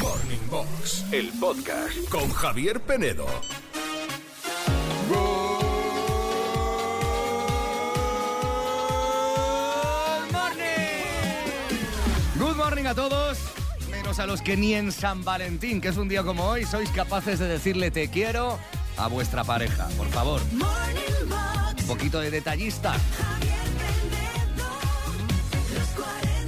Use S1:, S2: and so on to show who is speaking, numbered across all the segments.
S1: Morning Box, el podcast con Javier Penedo.
S2: Good morning. Good morning a todos, menos a los que ni en San Valentín, que es un día como hoy, sois capaces de decirle te quiero a vuestra pareja, por favor.
S3: Morning Box,
S2: Un poquito de detallista.
S3: Javier Penedo, los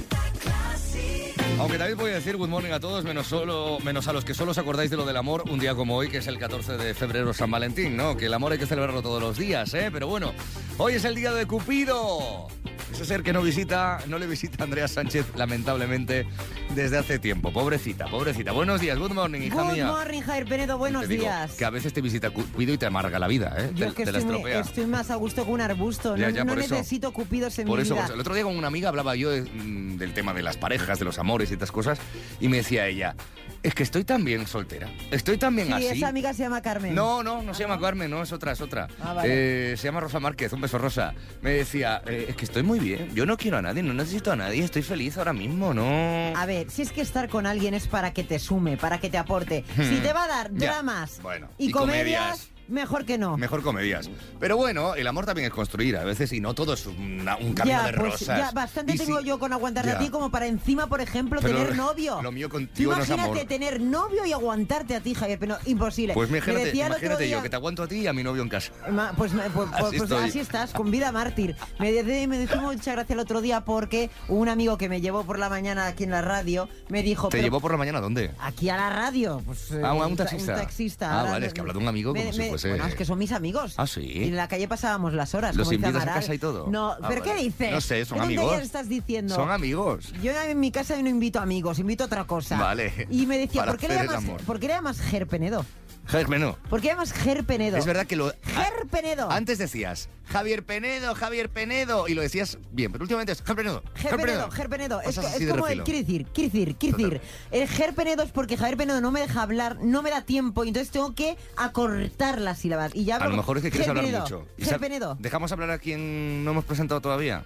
S3: 40 Classic.
S2: Aunque también voy a decir good morning a todos, menos, solo, menos a los que solo os acordáis de lo del amor un día como hoy, que es el 14 de febrero San Valentín, ¿no? Que el amor hay que celebrarlo todos los días, ¿eh? Pero bueno, hoy es el día de Cupido. Ese ser que no visita, no le visita a Andrea Sánchez, lamentablemente, desde hace tiempo. Pobrecita, pobrecita. Buenos días, good morning, hija
S4: Good
S2: mía.
S4: morning, Javier Penedo, buenos
S2: Te digo
S4: días.
S2: que a veces te visita Cupido y te amarga la vida, ¿eh? te
S4: Yo es que
S2: te la
S4: estoy,
S2: estropea.
S4: estoy más a gusto que un arbusto.
S2: Ya,
S4: no
S2: ya,
S4: no
S2: por eso.
S4: necesito cupidos en
S2: Por
S4: mi
S2: eso, por
S4: vida.
S2: eso. el otro día con una amiga hablaba yo de- mm, del tema de las parejas, de los amores y estas cosas, y me decía ella, es que estoy tan bien soltera, estoy tan bien
S4: sí,
S2: así.
S4: esa amiga se llama Carmen.
S2: No, no, no se llama Carmen, no, es otra, es otra.
S4: Ah, vale.
S2: Eh, se llama Rosa Márquez, un beso Rosa. Me decía, "Eh, es que estoy muy bien, yo no quiero a nadie, no necesito a nadie, estoy feliz ahora mismo, no.
S4: A ver, si es que estar con alguien es para que te sume, para que te aporte. Si te va a dar
S2: Hmm. Ya.
S4: dramas
S2: Bueno,
S4: y,
S2: y comedias.
S4: comedias, mejor que no.
S2: Mejor comedias. Pero bueno, el amor también es construir a veces y no todo es una- un camino
S4: Ya,
S2: de
S4: pues,
S2: rosas.
S4: ya, bastante
S2: Y si-
S4: tengo yo con aguantarte
S2: Ya.
S4: a ti como para encima, por ejemplo,
S2: Pero
S4: tener
S2: lo-
S4: novio.
S2: lo mío
S4: Tú
S2: contigo no es
S4: imagínate
S2: amor.
S4: tener novio y aguantarte a ti, Javier, pero imposible.
S2: Pues
S4: Me
S2: imagínate,
S4: decía el otro
S2: imagínate yo,
S4: día-
S2: que te aguanto a ti y a mi novio en casa.
S4: Ma- Pues, me- pues- pues- pues
S2: Así
S4: así,
S2: estoy.
S4: estás, con vida mártir. Me, dice- me dijo mucha gracia el otro día porque un amigo que me llevó por la mañana aquí en la radio me dijo...
S2: ¿Te
S4: "Pero
S2: llevó por la mañana a dónde?
S4: Aquí a la radio. Pues, eh,
S2: Ah, un
S4: ta-
S2: taxista.
S4: Un taxista.
S2: Ah,
S4: ahora
S2: vale,
S4: me-
S2: es que habla de un amigo como si fuese-
S4: Bueno, es que son mis amigos.
S2: Ah, sí.
S4: Y en la calle pasábamos las horas.
S2: ¿Los
S4: como dice
S2: invitas a
S4: Amaral.
S2: casa y todo?
S4: No,
S2: Ah,
S4: ¿pero
S2: vale.
S4: qué dices?
S2: No sé, son
S4: ¿Qué tonterías
S2: amigos.
S4: estás diciendo?
S2: Son amigos.
S4: Yo en mi casa no invito amigos, invito otra cosa.
S2: Vale.
S4: Y me decía,
S2: Para
S4: ¿por qué, le
S2: hacer el
S4: llamas,
S2: amor.
S4: ¿por qué le llamas Gerpenedo?
S2: Javier Penedo.
S4: ¿Por qué le llamas Gerpenedo?
S2: Es verdad que lo.
S4: Ger Penedo.
S2: Antes decías Javier Penedo, Javier Penedo. Y lo decías bien, pero últimamente es Javier Penedo. Javier
S4: Gerpenedo, Gerpenedo. Es,
S2: Cosas
S4: co-
S2: así
S4: es
S2: de
S4: como el
S2: refilón.
S4: quiere decir, quiere decir, quiere decir. El Gerpenedo es porque Javier Penedo no me deja hablar, no me da tiempo, y entonces tengo que acortar las sílabas. Y ya
S2: A lo mejor es que quieres hablar
S4: Gerpenedo,
S2: mucho. Y sab-
S4: Gerpenedo.
S2: Dejamos hablar a quien no hemos presentado todavía.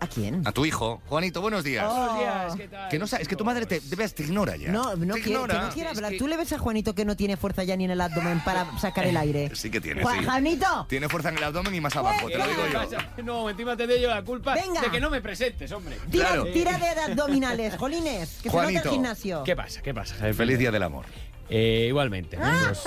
S4: ¿A quién?
S2: A tu hijo. Juanito, buenos días.
S4: Oh.
S5: Buenos días, ¿qué tal?
S2: Que no sabes, es que tu madre te, te veas, te ignora ya.
S4: No, no
S2: te
S4: quiere, que
S2: ignora.
S4: no quiere
S5: Es
S4: hablar.
S5: que-
S4: Tú le ves a Juanito que no tiene fuerza ya ni en el abdomen para sacar el aire.
S2: Sí que tiene,
S4: Juan-
S2: sí.
S4: Juanito.
S2: Tiene fuerza en el abdomen y más abajo, te lo digo
S5: ¿Qué
S2: yo.
S5: pasa? No, encima te doy yo la culpa
S4: Venga.
S5: de que no me presentes, hombre.
S4: Tira,
S2: Claro.
S4: tira de abdominales, jolines, que se nota
S2: Juanito.
S4: el gimnasio.
S5: ¿Qué pasa? ¿Qué pasa? Javier?
S2: Feliz día del amor.
S5: Eh, igualmente.
S4: Ah.
S5: amigos.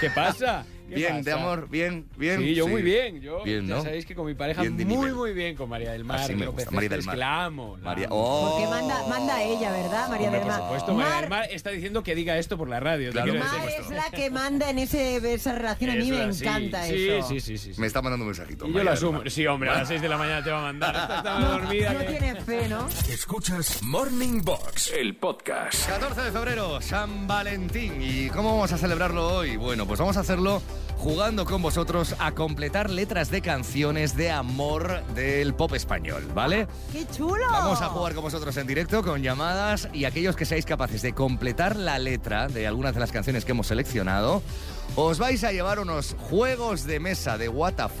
S5: ¿Qué pasa? ¿Qué
S2: Bien,
S5: pasa?
S2: de amor, bien, bien.
S5: Sí, yo muy bien. Yo,
S2: Bien,
S5: ya
S2: ¿no?
S5: sabéis que con mi pareja
S2: Bien de
S5: muy,
S2: nivel.
S5: muy bien. Con María del Mar,
S2: Así me
S5: López
S2: gusta, María del
S5: Cestes,
S2: Mar.
S5: la amo. la
S2: María,
S5: amo.
S2: oh.
S4: Porque manda, manda ella, ¿verdad, María
S5: Hombre, por
S4: del Mar?
S5: supuesto, María del
S4: Mar-
S5: Mar está diciendo que diga esto por la radio. te
S2: Claro,
S5: quiero
S2: por
S4: Mar
S5: decir.
S4: es la que manda en ese, esa relación. A mí
S5: Eso
S4: me
S5: es así.
S4: encanta
S5: Sí,
S4: eso.
S5: Sí, sí, sí. sí.
S2: Me está mandando un mensajito.
S5: Y yo
S2: María
S5: lo
S2: del
S5: asumo.
S2: Mar.
S5: Sí, hombre, a las 6 de la mañana te va a mandar. Esta
S6: Ah,
S5: está
S4: No,
S5: dormida.
S4: no
S5: que-
S4: tiene fe, ¿no?
S1: Escuchas Morning Box, el podcast.
S2: 14 de febrero, San Valentín. ¿Y cómo vamos a celebrarlo hoy? Bueno, pues vamos a hacerlo jugando con vosotros a completar letras de canciones de amor del pop español, ¿vale?
S4: ¡Qué chulo!
S2: Vamos a jugar con vosotros en directo, con llamadas y aquellos que seáis capaces de completar la letra de algunas de las canciones que hemos seleccionado, os vais a llevar unos juegos de mesa de WTF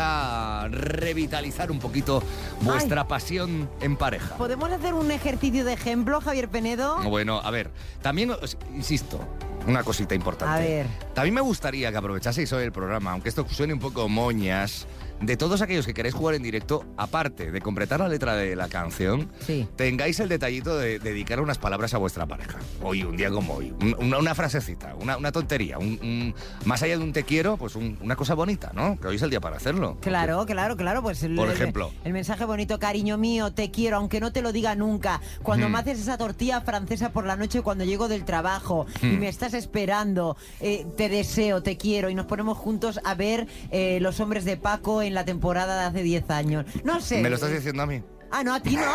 S2: para revitalizar un poquito vuestra pasión en pareja.
S4: ¿Podemos hacer un ejercicio de ejemplo, Javier Penedo?
S2: Bueno, a ver, también, os- insisto, una cosita importante.
S4: A ver.
S2: También me gustaría que aprovechaseis hoy el programa, aunque esto suene un poco moñas, de todos aquellos que queréis jugar en directo, aparte de completar la letra de la canción,
S4: Sí.
S2: tengáis el detallito de dedicar unas palabras a vuestra pareja. Hoy, un día como hoy. Un- Una, una frasecita, una, una tontería. un- un- más allá de un te quiero, pues un- una cosa bonita, ¿no? Que hoy es el día para hacerlo.
S4: Claro, claro, claro. Pues el,
S2: Por
S4: el-
S2: ejemplo.
S4: El, mensaje bonito, cariño mío, te quiero, aunque no te lo diga nunca. Cuando
S2: Mm.
S4: me haces esa tortilla francesa por la noche cuando llego del trabajo y me estás esperando, eh, te deseo, te quiero. Y nos ponemos juntos a ver eh, Los Hombres de Paco en la temporada de hace 10 años. No sé.
S2: ¿Me lo estás diciendo a mí?
S4: Ah, no, a ti no.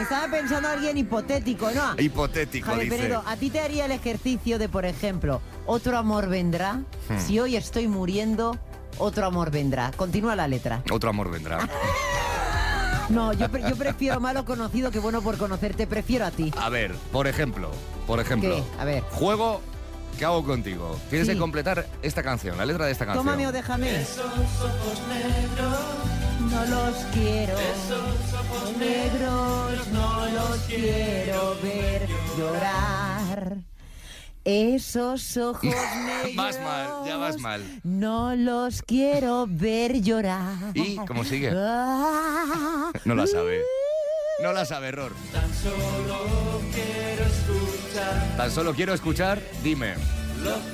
S4: Estaba pensando a alguien hipotético, ¿no?
S2: Hipotético,
S4: Javier ah.
S2: dice.
S4: Penedo, a ti te haría el ejercicio de, por ejemplo, otro amor vendrá. Si hoy estoy muriendo, otro amor vendrá. Continúa la letra.
S2: Otro amor vendrá.
S4: No, yo, pre- yo prefiero malo conocido que bueno por conocerte. Prefiero a ti.
S2: A ver, por ejemplo, por ejemplo.
S4: ¿Qué? A ver.
S2: Juego que hago contigo. Tienes
S4: Sí.
S2: que completar esta canción, la letra de esta canción.
S4: Tómame o déjame. no los quiero. negros, no los quiero ver. llorar. Esos ojos negros.
S2: Vas mal, ya vas mal.
S4: No los quiero ver llorar.
S2: ¿Y cómo sigue?
S4: Ah,
S2: No la sabe. No la sabe, error. Tan solo quiero escuchar. dime.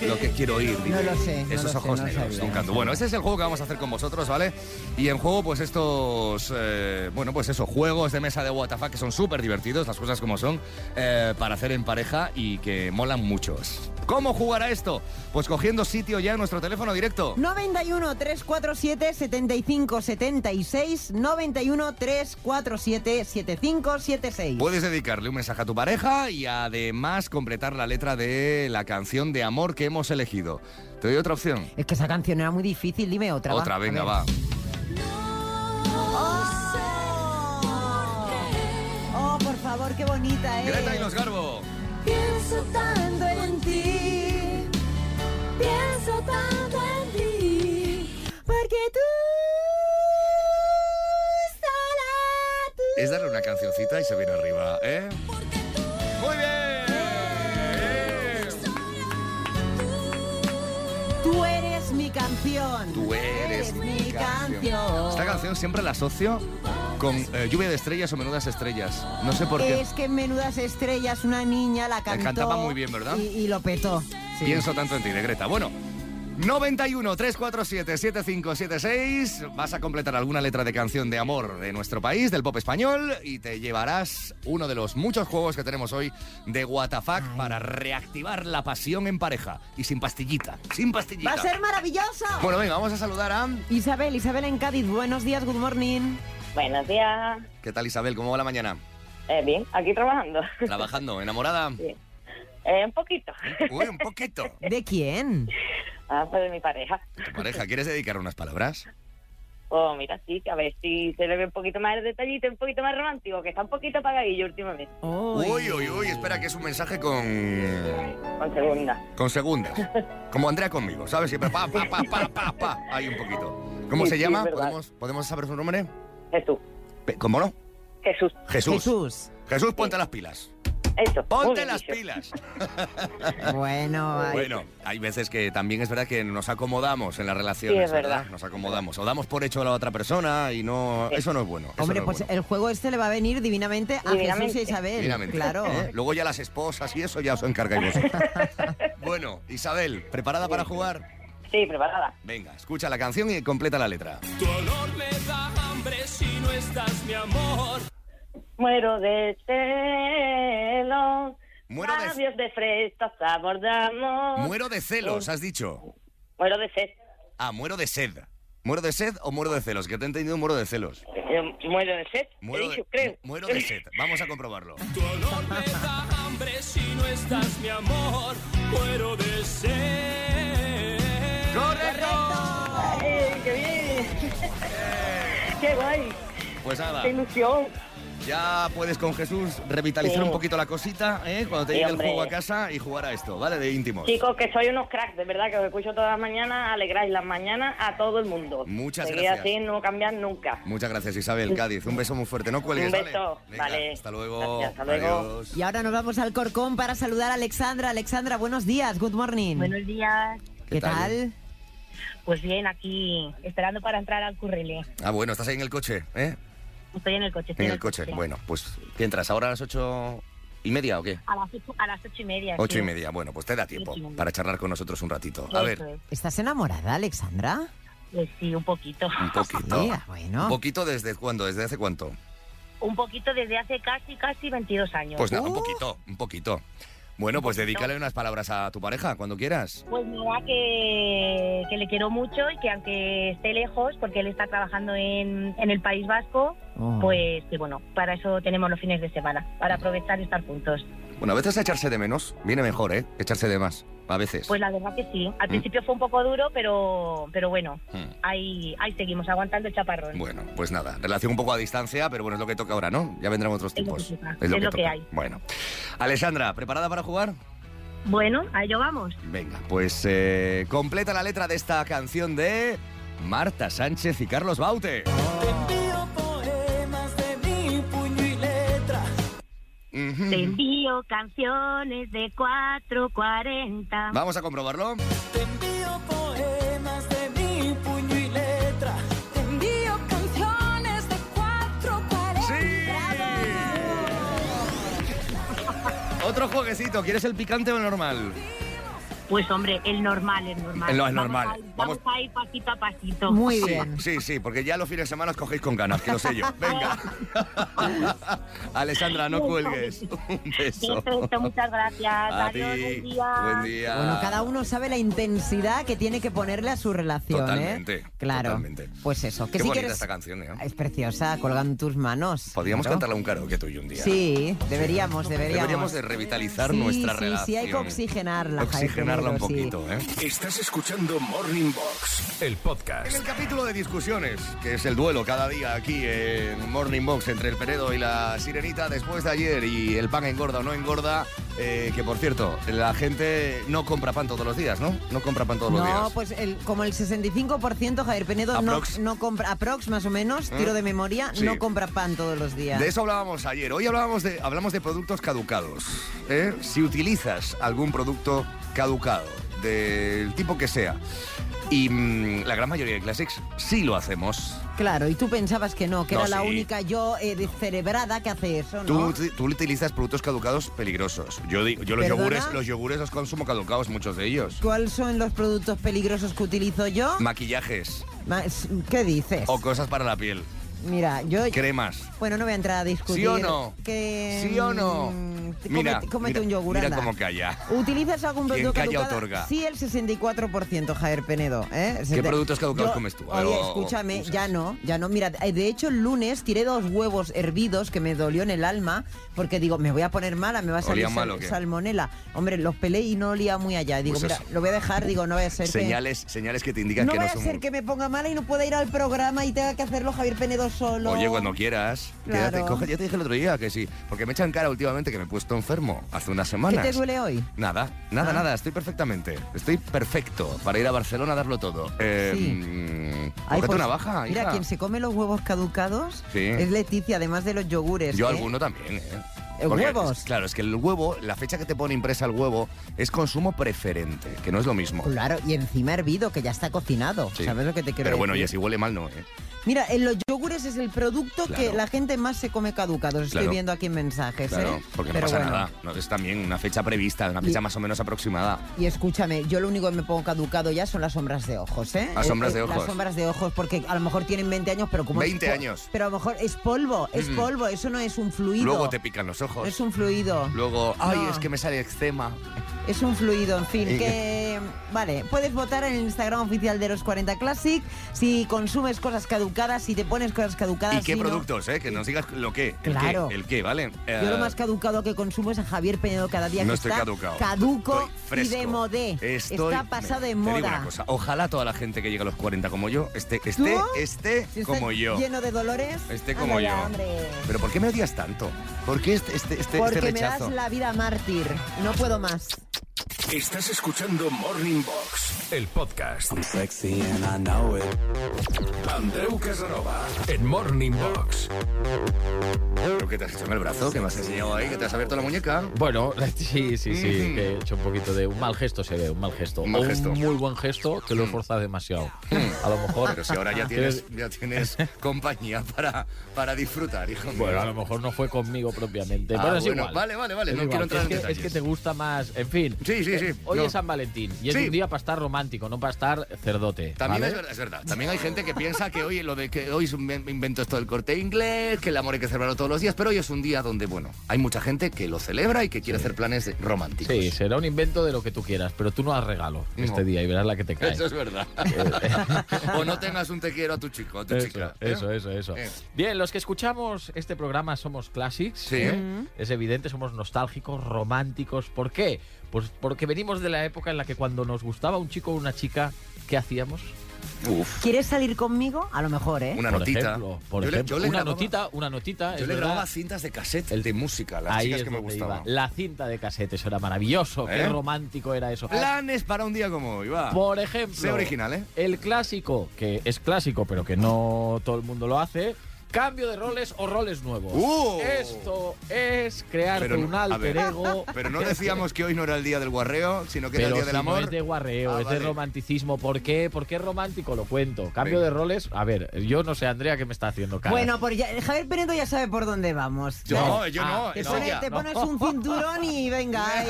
S2: Lo que quiero oír, dime.
S4: No lo sé, no
S2: Esos
S4: lo sé,
S2: ojos
S4: no
S2: negros,
S4: sabía,
S2: un
S4: no
S2: canto.
S4: sabía.
S2: Bueno, ese es el juego que vamos a hacer con vosotros, ¿vale? Y en juego, pues estos, eh, bueno, pues esos juegos de mesa de WTF que son súper divertidos, las cosas como son, eh, para hacer en pareja y que molan muchos. ¿Cómo jugar a esto? Pues cogiendo sitio ya en nuestro teléfono directo.
S4: 91 347 75 76 91 347 75 76
S2: Puedes dedicarle un mensaje a tu pareja y además completar la letra de la canción de amor que hemos elegido. Te doy otra opción.
S4: Es que esa canción era muy difícil, dime otra. va.
S2: otra,
S4: A
S2: venga,
S4: ver.
S2: va.
S4: Oh, por favor, qué bonita, eh.
S2: Greta y los Garbo.
S7: Pienso tanto en ti, pienso tanto en ti,
S4: Porque tú
S7: sola tú.
S2: Es darle una cancioncita y se viene arriba, ¿eh? Muy bien.
S4: Tú eres mi canción.
S2: Tú eres mi canción.
S4: canción.
S2: Esta canción siempre la asocio con eh, lluvia de estrellas o menudas estrellas. No sé por qué.
S4: Es que en Menudas Estrellas una niña la cantó.
S2: cantaba muy bien, ¿verdad?
S4: Y, y lo petó. Sí.
S2: Pienso tanto en ti, de Greta. Bueno. 91 347 7576. Vas a completar alguna letra de canción de amor de nuestro país, del pop español, y te llevarás uno de los muchos juegos que tenemos hoy de WTF para reactivar la pasión en pareja y sin pastillita. Sin pastillita.
S4: ¡Va a ser maravilloso!
S2: Bueno, venga, vamos a saludar a.
S4: Isabel, Isabel en Cádiz, buenos días, good morning.
S8: Buenos días.
S2: ¿Qué tal, Isabel? ¿Cómo va la mañana?
S8: Eh, bien, aquí trabajando.
S2: ¿Trabajando? ¿Enamorada?
S8: Sí. Eh, un poquito.
S2: Uy, un poquito.
S4: ¿De quién?
S8: Ah, pues de mi pareja.
S2: Tu pareja, ¿quieres dedicar unas palabras?
S8: Oh, mira, sí, que a ver si se le ve un poquito más el detallito, un poquito más romántico, que está un poquito apagadillo últimamente.
S2: Uy, uy, uy, espera, que es un mensaje con.
S8: Con segunda.
S2: con segundas. Como Andrea conmigo, ¿sabes? Siempre pa, pa, pa, pa, pa, pa. Hay un poquito. ¿Cómo
S8: Sí,
S2: se
S8: sí,
S2: llama?
S8: es verdad.
S2: ¿Podemos, ¿Podemos saber su nombre?
S8: Jesús.
S2: Pe- ¿Cómo no?
S8: Jesús.
S2: Jesús. Jesús,
S4: Jesús.
S2: ponte las pilas.
S8: Eso. muy
S2: Ponte
S8: bien
S2: las
S8: dicho.
S2: pilas.
S4: Bueno, ay.
S2: Bueno, hay veces que también es verdad que nos acomodamos en las relaciones,
S8: Sí, es verdad.
S2: Nos acomodamos. O damos por hecho a la otra persona y no.
S8: Sí.
S2: Eso no es bueno. eso no
S4: hombre,
S2: es
S4: pues
S2: bueno.
S4: el juego este le va a venir divinamente a Jesús y
S8: Divinamente.
S4: a Isabel.
S2: Divinamente,
S4: Claro.
S2: ¿eh? Luego ya las esposas y eso ya os encargáis vosotros. bueno, Isabel, ¿preparada para jugar?
S8: Sí, preparada.
S2: Venga, escucha la canción y completa la letra.
S8: Muero de celos.
S2: Muero de-
S8: Labios de fresas, sabor de amor.
S2: Muero de celos, has dicho.
S8: Muero de sed.
S2: Ah, muero de sed. ¿Muero de sed o muero de celos? Que te he entendido muero de celos.
S8: Eh, muero de sed. he
S2: Muero
S8: dicho,
S2: de,
S8: creo.
S2: mu- muero de sed. Vamos a comprobarlo. ¡Correcto!
S8: Ay, qué bien. qué guay.
S2: Pues nada,
S8: Qué ilusión.
S2: ya puedes con Jesús revitalizar
S8: Sí.
S2: un poquito la cosita, ¿eh? Cuando te
S8: Sí,
S2: llegue el
S8: hombre.
S2: juego a casa y jugar a esto, ¿vale? De íntimos.
S8: Chicos, que soy unos cracks, de verdad, que os escucho todas las mañanas, alegráis las mañanas a todo el mundo.
S2: Muchas
S8: Seguid
S2: gracias.
S8: así, no cambiar nunca.
S2: Muchas gracias, Isabel Cádiz. Un beso muy fuerte. No cuelgues,
S8: Un beso,
S2: ¿vale? Venga,
S8: vale.
S2: Hasta luego.
S8: Gracias, hasta luego.
S2: Adiós.
S4: Y ahora nos vamos al Corcón para saludar a Alexandra. Alexandra, buenos días, good morning.
S9: Buenos días.
S4: ¿Qué, tal?
S9: Pues bien, aquí esperando para entrar al currilé.
S2: Ah, bueno, estás ahí en el coche, ¿eh?
S9: Estoy en el coche. estoy
S2: En el coche. Bueno, pues, ¿qué entras? ¿Ahora a las ocho y media o qué?
S9: A las, ocho, a las ocho y media.
S2: Ocho
S9: sí.
S2: y media. Bueno, pues te da tiempo
S9: Ocho y media.
S2: para charlar con nosotros un ratito.
S9: Eso
S2: A ver,
S9: es.
S4: ¿Estás enamorada, Alexandra?
S9: Pues sí, un poquito.
S2: un poquito.
S4: Sí, ah, bueno.
S2: ¿Un poquito desde cuándo? ¿Desde hace cuánto?
S9: Un poquito desde hace casi, casi 22 años.
S2: Pues nada, un poquito, un poquito. Bueno, pues dedícale unas palabras a tu pareja cuando quieras.
S9: Pues nada, que, que le quiero mucho y que aunque esté lejos, porque él está trabajando en, en el País Vasco,
S2: Ah.
S4: Oh.
S9: pues que bueno, para eso tenemos los fines de semana, para aprovechar y estar juntos.
S2: Bueno, a veces echarse de menos viene mejor, ¿eh? Echarse de más. A veces.
S9: Pues la verdad que sí. Al principio fue un poco duro, pero, pero bueno,
S2: Mm.
S9: ahí, ahí seguimos aguantando el chaparrón.
S2: Bueno, pues nada, relación un poco a distancia, pero bueno, es lo que toca ahora, ¿no? Ya vendrán otros
S9: Es lo que
S2: tiempos.
S9: toca, es lo que hay.
S2: Bueno. Alessandra, ¿preparada para jugar?
S9: Bueno, a ello vamos.
S2: Venga, pues eh, completa la letra de esta canción de Marta Sánchez y Carlos Baute.
S3: Te envío poemas de mi puño y letra.
S2: Mm, Ujú.
S9: Te envío canciones de 440.
S2: Vamos a comprobarlo.
S3: Te envío poemas de mi puño y letra. Te envío canciones de 440.
S2: Otro jueguecito. ¿Quieres el picante o el normal?
S9: Pues hombre, el normal, el normal.
S2: El no- el
S9: Vamos
S2: normal.
S9: a ir-
S2: Vamos-
S9: Vamos, a ir pasito a pasito.
S4: Muy
S2: Sí,
S4: bien.
S2: sí, sí, porque ya los fines de semana os cogéis con ganas, que lo sé yo. Venga. Alessandra, no cuelgues. Un beso.
S9: Perfecto, muchas gracias.
S2: A ti.
S9: Adiós, buen día.
S2: Buen día.
S4: Bueno, cada uno sabe la intensidad que tiene que ponerle a su relación, ¿eh?
S2: Totalmente,
S4: Claro.
S2: totalmente.
S4: Pues eso. Que
S2: Qué
S4: si
S2: bonita
S4: quieres...
S2: esta canción, ¿eh?
S4: Es preciosa, colgando tus manos.
S2: Podríamos
S4: Claro.
S2: cantarla un karaoke tuyo un día.
S4: Sí, deberíamos, deberíamos.
S2: Deberíamos de revitalizar
S4: Sí,
S2: nuestra
S4: sí,
S2: relación.
S4: Sí, hay que oxigenarla. Jaime
S2: Oxigenarla un
S4: Ferrero, sí.
S2: poquito, ¿eh?
S1: Estás escuchando Morning Box, el
S2: En el
S1: podcast.
S2: capítulo de discusiones, que es el duelo cada día aquí en Morning Box entre el Peredo y la Sirenita, después de ayer y el pan engorda o no engorda, eh, que por cierto, la gente no compra pan todos los días, ¿no? No compra pan todos los días.
S4: No, pues el- como el 65%, Javier Penedo no,
S2: Aprox. ¿Mm?
S4: no compra, aprox más o menos, tiro de memoria,
S2: Sí.
S4: no compra pan todos los días.
S2: De eso hablábamos ayer. Hoy hablábamos de, hablamos de productos caducados. ¿eh? Si utilizas algún producto caducado, del tipo que sea, y mm, la gran mayoría de Classics sí lo hacemos.
S4: Claro, y tú pensabas que no, que
S2: No,
S4: era la
S2: sí.
S4: única yo eh, de- cerebrada que hace eso,
S2: Tú,
S4: ¿no?
S2: uti- tú utilizas productos caducados peligrosos. Yo, digo, yo los,
S4: ¿Perdona?
S2: yogures, los yogures los consumo caducados, muchos de ellos.
S4: ¿Cuáles son los productos peligrosos que utilizo yo?
S2: Maquillajes
S4: Ma- s- ¿Qué dices?
S2: o cosas para la piel,
S4: Mira, yo...
S2: cremas.
S4: Bueno, no voy a entrar a discutir.
S2: ¿Sí o no?
S4: Que,
S2: ¿Sí o no?
S4: mm, te-
S2: Mira,
S4: cómete, cómete
S2: mira,
S4: un yogur,
S2: mira
S4: anda.
S2: cómo calla.
S4: ¿Utilizas algún
S2: Quien
S4: producto
S2: calla,
S4: caducado?
S2: otorga.
S4: Sí, el 64%, Javier Penedo. ¿eh? Se
S2: ¿Qué productos caducados comes tú?
S4: Oye,
S2: O-
S4: escúchame,
S2: usas.
S4: ya no, ya no. Mira, eh, de hecho, el lunes tiré dos huevos hervidos que me dolió en el alma porque digo, me voy a poner mala, me va a salir
S2: ¿Olían mal
S4: sal-
S2: o qué?
S4: salmonela. Hombre, los pelé y no olía muy allá. Y digo,
S2: Pues
S4: mira,
S2: eso.
S4: lo voy a dejar, digo, no voy a ser que-
S2: Señales, señales que te indican
S4: No
S2: que no
S4: vaya a
S2: son...
S4: ser que me ponga mala y no pueda ir al programa y tenga que hacerlo Javier Penedo solo.
S2: Oye, cuando quieras,
S4: Claro.
S2: quédate, coge, ya te dije el otro día que sí, porque me echan cara últimamente que me he puesto enfermo hace unas
S4: ¿Qué
S2: semanas.
S4: te duele hoy?
S2: Nada, nada,
S4: Ah.
S2: nada, estoy perfectamente. Estoy perfecto para ir a Barcelona a darlo todo. Eh,
S4: Sí.
S2: mm,
S4: Ay,
S2: cógete
S4: pues,
S2: una baja,
S4: Mira,
S2: hija.
S4: quien se come los huevos caducados
S2: Sí.
S4: es Leticia, además de los yogures.
S2: Yo
S4: ¿eh?
S2: alguno también, ¿eh?
S4: ¿Eh,
S2: Porque,
S4: huevos?
S2: es- claro, es que el huevo, la fecha que te pone impresa el huevo es consumo preferente, que no es lo mismo.
S4: Claro, y encima hervido, que ya está cocinado.
S2: Sí.
S4: ¿Sabes lo que te quiero
S2: Pero bueno,
S4: decir?
S2: y si huele mal no, ¿eh?
S4: Mira, en los yogures es el producto que
S2: Claro.
S4: la gente más se come caducados. Estoy
S2: Claro.
S4: viendo aquí en mensajes,
S2: Claro,
S4: ¿eh?
S2: porque no
S4: Pero
S2: pasa
S4: bueno.
S2: nada. No, es también una fecha prevista, una
S4: Y-
S2: fecha más o menos aproximada.
S4: Y escúchame, yo lo único que me pongo caducado ya son las sombras de ojos, ¿eh?
S2: Las
S4: Eh,
S2: sombras
S4: eh,
S2: de ojos.
S4: Las sombras de ojos, porque a lo mejor tienen 20 años, pero como... es
S2: 20
S4: po-
S2: años.
S4: Pero a lo mejor es polvo, es
S2: Mm.
S4: polvo, eso no es un fluido.
S2: Luego te pican los
S4: No
S2: ojos.
S4: es un fluido.
S2: Luego, ay,
S4: No.
S2: es que me sale eczema.
S4: Es un fluido, en fin,
S2: Y-
S4: que... Vale, puedes votar en el Instagram oficial de los 40 Classic si consumes cosas caducadas, si te pones cosas caducadas.
S2: ¿Y qué
S4: si Ah, no.
S2: productos, eh? Que nos digas lo que.
S4: Claro.
S2: El qué, el qué ¿vale?
S4: Yo lo
S2: Eh,
S4: más caducado que consumo es a Javier Penedo cada día
S2: no
S4: que
S2: estoy
S4: está
S2: caducado.
S4: caduco
S2: Estoy
S4: y
S2: fresco.
S4: de modé.
S2: Estoy-
S4: está pasado de
S2: te digo una
S4: moda.
S2: cosa, Ojalá toda la gente que llega a los 40 como yo esté, esté, esté
S4: Si está
S2: como yo.
S4: Lleno de dolores.
S2: Esté
S4: anda
S2: como
S4: ya,
S2: yo. Este,
S4: hombre.
S2: Pero ¿por qué me odias tanto? ¿Por qué este, este, este,
S4: Porque
S2: este
S4: me das
S2: rechazo?
S4: la vida mártir. No puedo más.
S1: Estás escuchando Morning Box, el podcast.
S10: Sexy and I know it.
S1: Andreu Casanova, en Morning Box.
S2: ¿Pero ¿Qué te has hecho en el brazo? ¿Qué me has enseñado ahí? ¿Que te has abierto la muñeca?
S6: Bueno, sí, sí, sí,
S2: Mm.
S6: que he hecho un poquito de un mal gesto, se ve, un mal gesto.
S2: Un mal
S6: O
S2: gesto. Mm.
S6: muy buen gesto que lo he forzado demasiado. A lo mejor.
S2: Pero si ahora ya tienes, ya tienes compañía para, para disfrutar, hijo mío.
S6: Bueno, a lo mejor no fue conmigo propiamente.
S2: Ah,
S6: pero es
S2: bueno,
S6: igual.
S2: vale, vale, vale,
S6: Es
S2: no quiero entrar
S6: es
S2: en
S6: que, es
S2: detalles.
S6: que te gusta más. En fin.
S2: Sí, sí, sí,
S6: Eh, Hoy
S2: no.
S6: es San Valentín y es
S2: Sí.
S6: un día para estar romántico, no para estar cerdote.
S2: También
S6: ¿vale?
S2: es, verdad, es verdad. También hay gente que piensa que hoy lo de que hoy es un me invento esto del corte inglés, que el amor hay que celebrarlo todos los días, pero hoy es un día donde, bueno, hay mucha gente que lo celebra y que quiere hacer planes de- románticos.
S6: Sí, será un invento de lo que tú quieras, pero tú no has regalo
S2: No.
S6: este día y verás la que te cae.
S2: Eso es verdad. o no tengas un te quiero a tu chico, a tu chica. ¿eh?
S6: Eh. Eso, eso, eso.
S2: Eh.
S6: Bien, los que escuchamos este programa somos classics.
S2: Sí.
S6: ¿eh? Es evidente, somos nostálgicos, románticos. ¿Por qué? Pues porque venimos de la época en la que cuando nos gustaba un chico o una chica, ¿qué hacíamos?
S2: Uf,
S4: ¿Quieres salir conmigo? A lo mejor, ¿eh?
S2: una
S6: por
S2: notita.
S6: ejemplo, por
S2: Yo le-
S6: ejemplo,
S2: yo le
S6: una
S2: grababa-
S6: notita, una notita.
S2: Yo
S6: es
S2: le
S6: verdad.
S2: grababa cintas de cassette de música, las
S6: Ahí
S2: chicas
S6: es
S2: que me
S6: donde iba.
S2: gustaban.
S6: La cinta de cassette, eso era maravilloso.
S2: ¿Eh?
S6: Qué romántico era eso.
S2: Planes para un día como hoy, va.
S6: Por ejemplo,
S2: Sé original, ¿eh?
S6: el clásico, que es clásico, pero que no todo el mundo lo hace, Cambio de roles o roles nuevos.
S2: ¡Uh!
S6: Esto es crear
S2: Pero no-
S6: un
S2: a
S6: alter
S2: ver,
S6: ego.
S2: Pero no decíamos que hoy no era el día del guarreo, sino que era
S6: Pero
S2: el día
S6: si
S2: del
S6: no
S2: amor.
S6: es de guarreo,
S2: Ah,
S6: es
S2: vale.
S6: de romanticismo. ¿Por qué? ¿Por qué es romántico? Lo cuento. Cambio
S2: Venga.
S6: de roles. A ver, yo no sé, Andrea, qué me está haciendo cara.
S4: Bueno, por ya- Javier Penedo ya sabe por dónde vamos.
S2: Yo
S4: Ya-
S2: no, yo no.
S6: Ah,
S4: Te,
S2: es
S4: pone-
S2: ella.
S4: te
S6: no.
S4: pones un cinturón y venga. ay,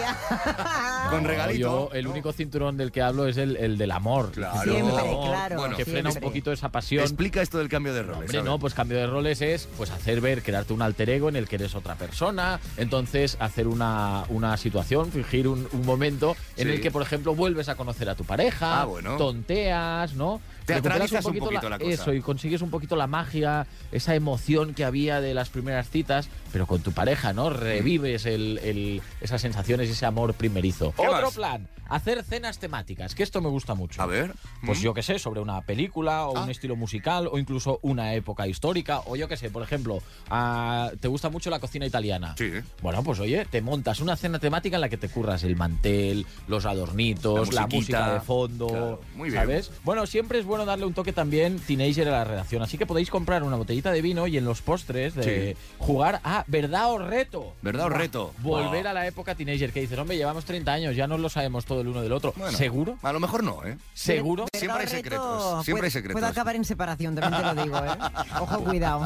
S2: Con
S6: No,
S2: regalito.
S6: yo el
S2: No.
S6: único cinturón del que hablo es el, el del amor.
S2: Claro.
S4: Siempre,
S6: El amor,
S4: claro.
S2: bueno,
S6: que frena un
S4: siempre.
S6: poquito esa pasión.
S2: Explica esto del cambio de roles.
S6: Hombre,
S2: a ver.
S6: no, pues cambio de roles es pues hacer ver, crearte un alter ego en el que eres otra persona, entonces hacer una, una situación, fingir un, un momento en
S2: Sí.
S6: el que, por ejemplo, vuelves a conocer a tu pareja,
S2: Ah, bueno.
S6: tonteas, ¿no? Recuperas
S2: Teatralizas un poquito la cosa.
S6: Eso, y consigues un poquito la magia, esa emoción que había de las primeras citas, pero con tu pareja, ¿no? Revives el- el- esas sensaciones y ese amor primerizo.
S2: ¿Qué
S6: Otro
S2: más?
S6: plan, hacer cenas temáticas, que esto me gusta mucho.
S2: A ver.
S6: Pues
S2: ¿Mm?
S6: yo qué sé, sobre una película o
S2: Ah.
S6: un estilo musical o incluso una época histórica o yo qué sé, por ejemplo, ah, ¿te gusta mucho la cocina italiana?
S2: Sí.
S6: Bueno, pues oye, te montas una cena temática en la que te curras el mantel, los adornitos,
S2: La
S6: la,
S2: musiquita.
S6: música de fondo,
S2: Claro, muy bien.
S6: ¿sabes? Bueno, siempre es bueno darle un toque también teenager a la redacción, así que podéis comprar una botellita de vino y en los postres de jugar a verdad o reto.
S2: ¿Verdad o reto?
S6: Volver
S2: Ah.
S6: a la época teenager que dices, hombre, llevamos 30 años, ya no lo sabemos todo el uno del otro.
S2: Mm. Bueno,
S6: ¿Seguro?
S2: A lo mejor no, ¿eh?
S6: ¿Seguro?
S4: Pero
S2: Siempre hay
S4: reto,
S2: secretos, siempre
S4: puede-
S2: hay secretos.
S4: Puedo acabar en separación, también te lo digo, ¿eh? Ojo, cuidado.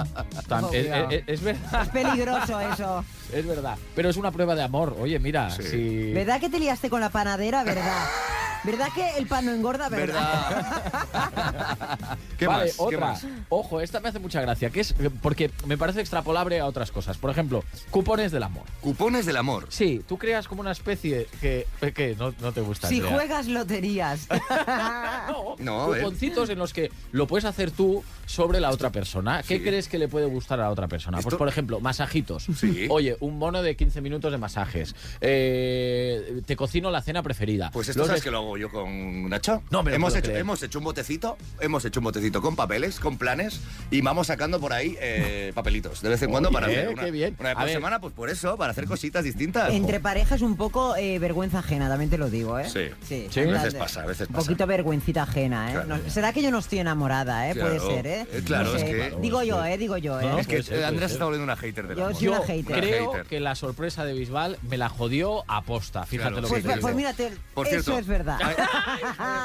S6: Tam-
S4: Ojo,
S6: es,
S4: cuidado.
S6: e- es- es verdad,
S4: Es peligroso eso.
S6: es verdad. Pero es una prueba de amor. Oye, mira,
S2: Sí.
S6: si.
S4: ¿Verdad que te liaste con la panadera? ¿Verdad? ¿Verdad que el pan no engorda? ¿Verdad?
S2: ¿Qué
S6: vale,
S2: más? ¿Qué
S6: otra.
S2: más?
S6: Ojo, esta me hace mucha gracia, que es porque me parece extrapolable a otras cosas. Por ejemplo, cupones del amor.
S2: Cupones del amor.
S6: Sí, tú creas como una especie que, que no, no te gusta.
S4: Si
S6: Andrea.
S4: juegas loterías.
S6: No,
S2: No, ¿eh? a ver.
S6: cuponcitos en los que lo puedes hacer tú sobre la otra persona. ¿Qué
S2: Sí.
S6: crees que le puede gustar a la otra persona?
S2: Esto-
S6: Pues, por ejemplo, masajitos.
S2: Sí.
S6: Oye, un mono de 15 minutos de masajes. Eh, te cocino la cena preferida.
S2: Pues esto
S6: Los
S2: sabes
S6: de-
S2: que lo hago yo con Nacho.
S6: No me lo
S2: hemos
S6: puedo
S2: hecho,
S6: creer.
S2: hemos hecho un botecito, hemos hecho un botecito con papeles, con planes y vamos sacando por ahí eh, papelitos de vez en cuando
S6: Oye,
S2: para hacer una,
S6: qué bien.
S2: una vez
S6: A
S2: por
S6: ver.
S2: semana, pues por eso, para hacer cositas distintas.
S4: Entre parejas un poco eh, vergüenza ajena, también te lo digo, ¿eh?
S2: Sí.
S6: Sí.
S4: en
S6: A
S4: plan
S2: veces
S4: de-
S2: pasa, a veces
S4: Un
S2: pasa.
S4: poquito vergüencita ajena, ¿eh?
S2: Claro.
S4: No- será que yo no estoy enamorada, ¿eh?
S2: Claro.
S4: Puede ser, ¿eh?
S2: Eh, claro,
S4: No
S2: es
S4: sé.
S2: que-
S4: Digo yo, ¿eh? Digo yo, ¿eh?
S6: No,
S2: Es que
S6: puede ser, puede
S2: Andrés
S6: ser.
S2: está volviendo una hater del
S4: Yo
S2: amor.
S4: soy
S6: Yo
S4: Pues una hater.
S6: creo
S2: Una hater.
S6: que la sorpresa de Bisbal me la jodió a posta. Fíjate
S2: Claro,
S6: lo
S2: sí,
S6: que
S4: Pues,
S6: te
S2: sí,
S4: pues,
S6: digo.
S2: sí.
S4: mírate,
S2: Por
S4: eso
S2: cierto.
S4: es verdad.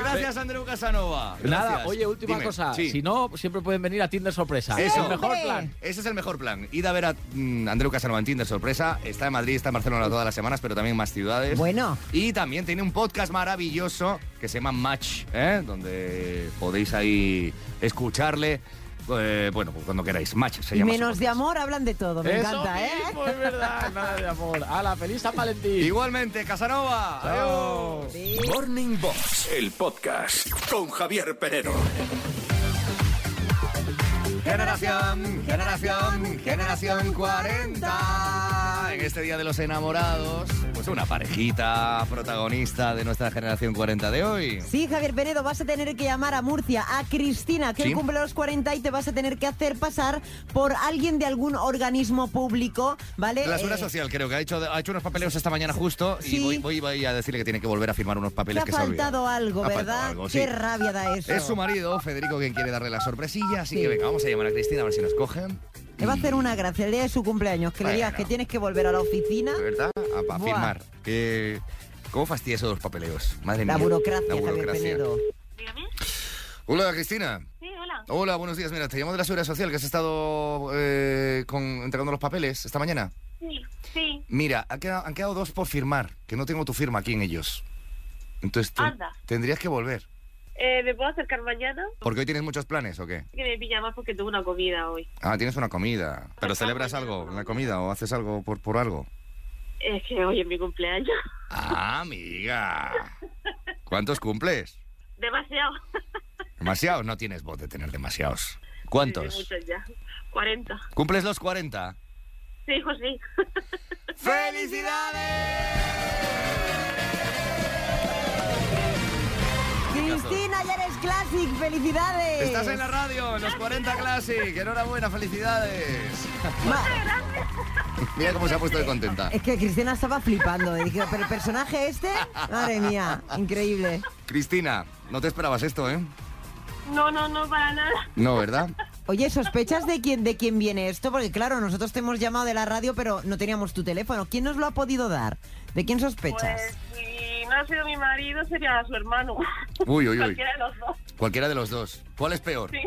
S2: Gracias, Andreu Casanova.
S6: Nada,
S2: Gracias.
S6: oye, última
S2: Dime,
S6: cosa.
S2: sí.
S6: Si no, siempre pueden venir a Tinder sorpresa.
S2: Eso.
S6: El mejor
S4: Hombre.
S6: plan.
S2: Ese es el mejor plan. Id a ver a mm, Andreu Casanova en Tinder, sorpresa. Está en Madrid, está en Barcelona todas las semanas, pero también en más ciudades.
S4: Bueno.
S2: Y también tiene un podcast maravilloso que se llama Match, ¿eh? donde podéis ahí escucharle. eh, bueno, pues cuando queráis. Match se
S4: Y
S2: llama. su
S4: menos de
S2: podcast.
S4: amor hablan de todo, me
S6: Eso
S4: encanta, ¿eh?
S6: mismo, es verdad. Nada de amor. ¡Hala, feliz San Valentín!
S2: Igualmente, Casanova. Adiós.
S4: Sí.
S1: Morning Box, el podcast con Javier Penedo.
S2: Generación, generación, generación 40. En este Día de los Enamorados, pues una parejita protagonista de nuestra generación 40 de hoy.
S4: Sí, Javier Penedo, vas a tener que llamar a Murcia, a Cristina, que
S2: Sí.
S4: hoy cumple los 40 y te vas a tener que hacer pasar por alguien de algún organismo público, ¿vale?
S2: La Seguridad
S4: Eh,
S2: Social creo que ha hecho, ha hecho unos papeleos esta mañana justo y
S4: Sí.
S2: voy, voy, voy a decirle que tiene que volver a firmar unos
S4: Te
S2: papeles
S4: ha
S2: que se ha olvidado.
S4: faltado algo,
S2: Ha faltado
S4: ¿verdad?
S2: algo, sí.
S4: Qué rabia da eso.
S2: Es su marido, Federico, quien quiere darle la sorpresilla, así que
S4: Sí.
S2: venga, vamos a llamar a Cristina a ver si nos cogen.
S4: Le va a hacer una gracia el día de su cumpleaños, que le digas
S2: Bueno.
S4: que tienes que volver a la oficina.
S2: De ¿Verdad? A, a
S4: Buah.
S2: firmar. Eh, ¿Cómo fastidia esos dos papeleos? Madre
S4: La
S2: mía.
S4: burocracia,
S2: La burocracia.
S4: Javier Penedo.
S9: Dígame.
S2: Hola, Cristina.
S9: Sí, hola.
S2: Hola, buenos días. Mira, te llamo de la Seguridad Social, que has estado eh, con, entregando los papeles esta mañana.
S9: Sí, sí.
S2: Mira, han quedado, han quedado dos por firmar, que no tengo tu firma aquí en ellos. Entonces ten-
S9: Anda.
S2: tendrías que volver.
S9: Eh, ¿Me puedo acercar mañana?
S2: Porque hoy tienes muchos planes, ¿o qué?
S9: Que me pilla más porque tuve una comida hoy.
S2: Ah, tienes una comida. ¿Pero celebras algo en la comida o haces algo por, por algo?
S9: Es que hoy es mi cumpleaños.
S2: Ah, amiga. ¿Cuántos cumples?
S9: Demasiado.
S2: Demasiados. No tienes voz de tener demasiados. ¿Cuántos?
S9: Muchos ya. 40.
S2: ¿Cumples los 40?
S9: Sí, hijo, sí.
S4: Cristina, ya eres Classic, felicidades.
S2: Estás en la radio, en los 40 Classic. Enhorabuena, felicidades.
S4: Ma-
S2: Mira cómo se ha puesto de contenta.
S4: Es que Cristina estaba flipando. eh. Dije, pero el personaje este, madre mía, increíble.
S2: Cristina, no te esperabas esto, ¿eh?
S9: No, no, no, para nada.
S2: No, ¿verdad?
S4: Oye, ¿sospechas de quién, de quién viene esto? Porque claro, nosotros te hemos llamado de la radio, pero no teníamos tu teléfono. ¿Quién nos lo ha podido dar? ¿De quién sospechas?
S11: Pues si no ha sido mi marido, sería su hermano.
S2: Uy, uy, uy.
S11: Cualquiera de los dos.
S2: Cualquiera de los dos. ¿Cuál es peor?
S11: Sí.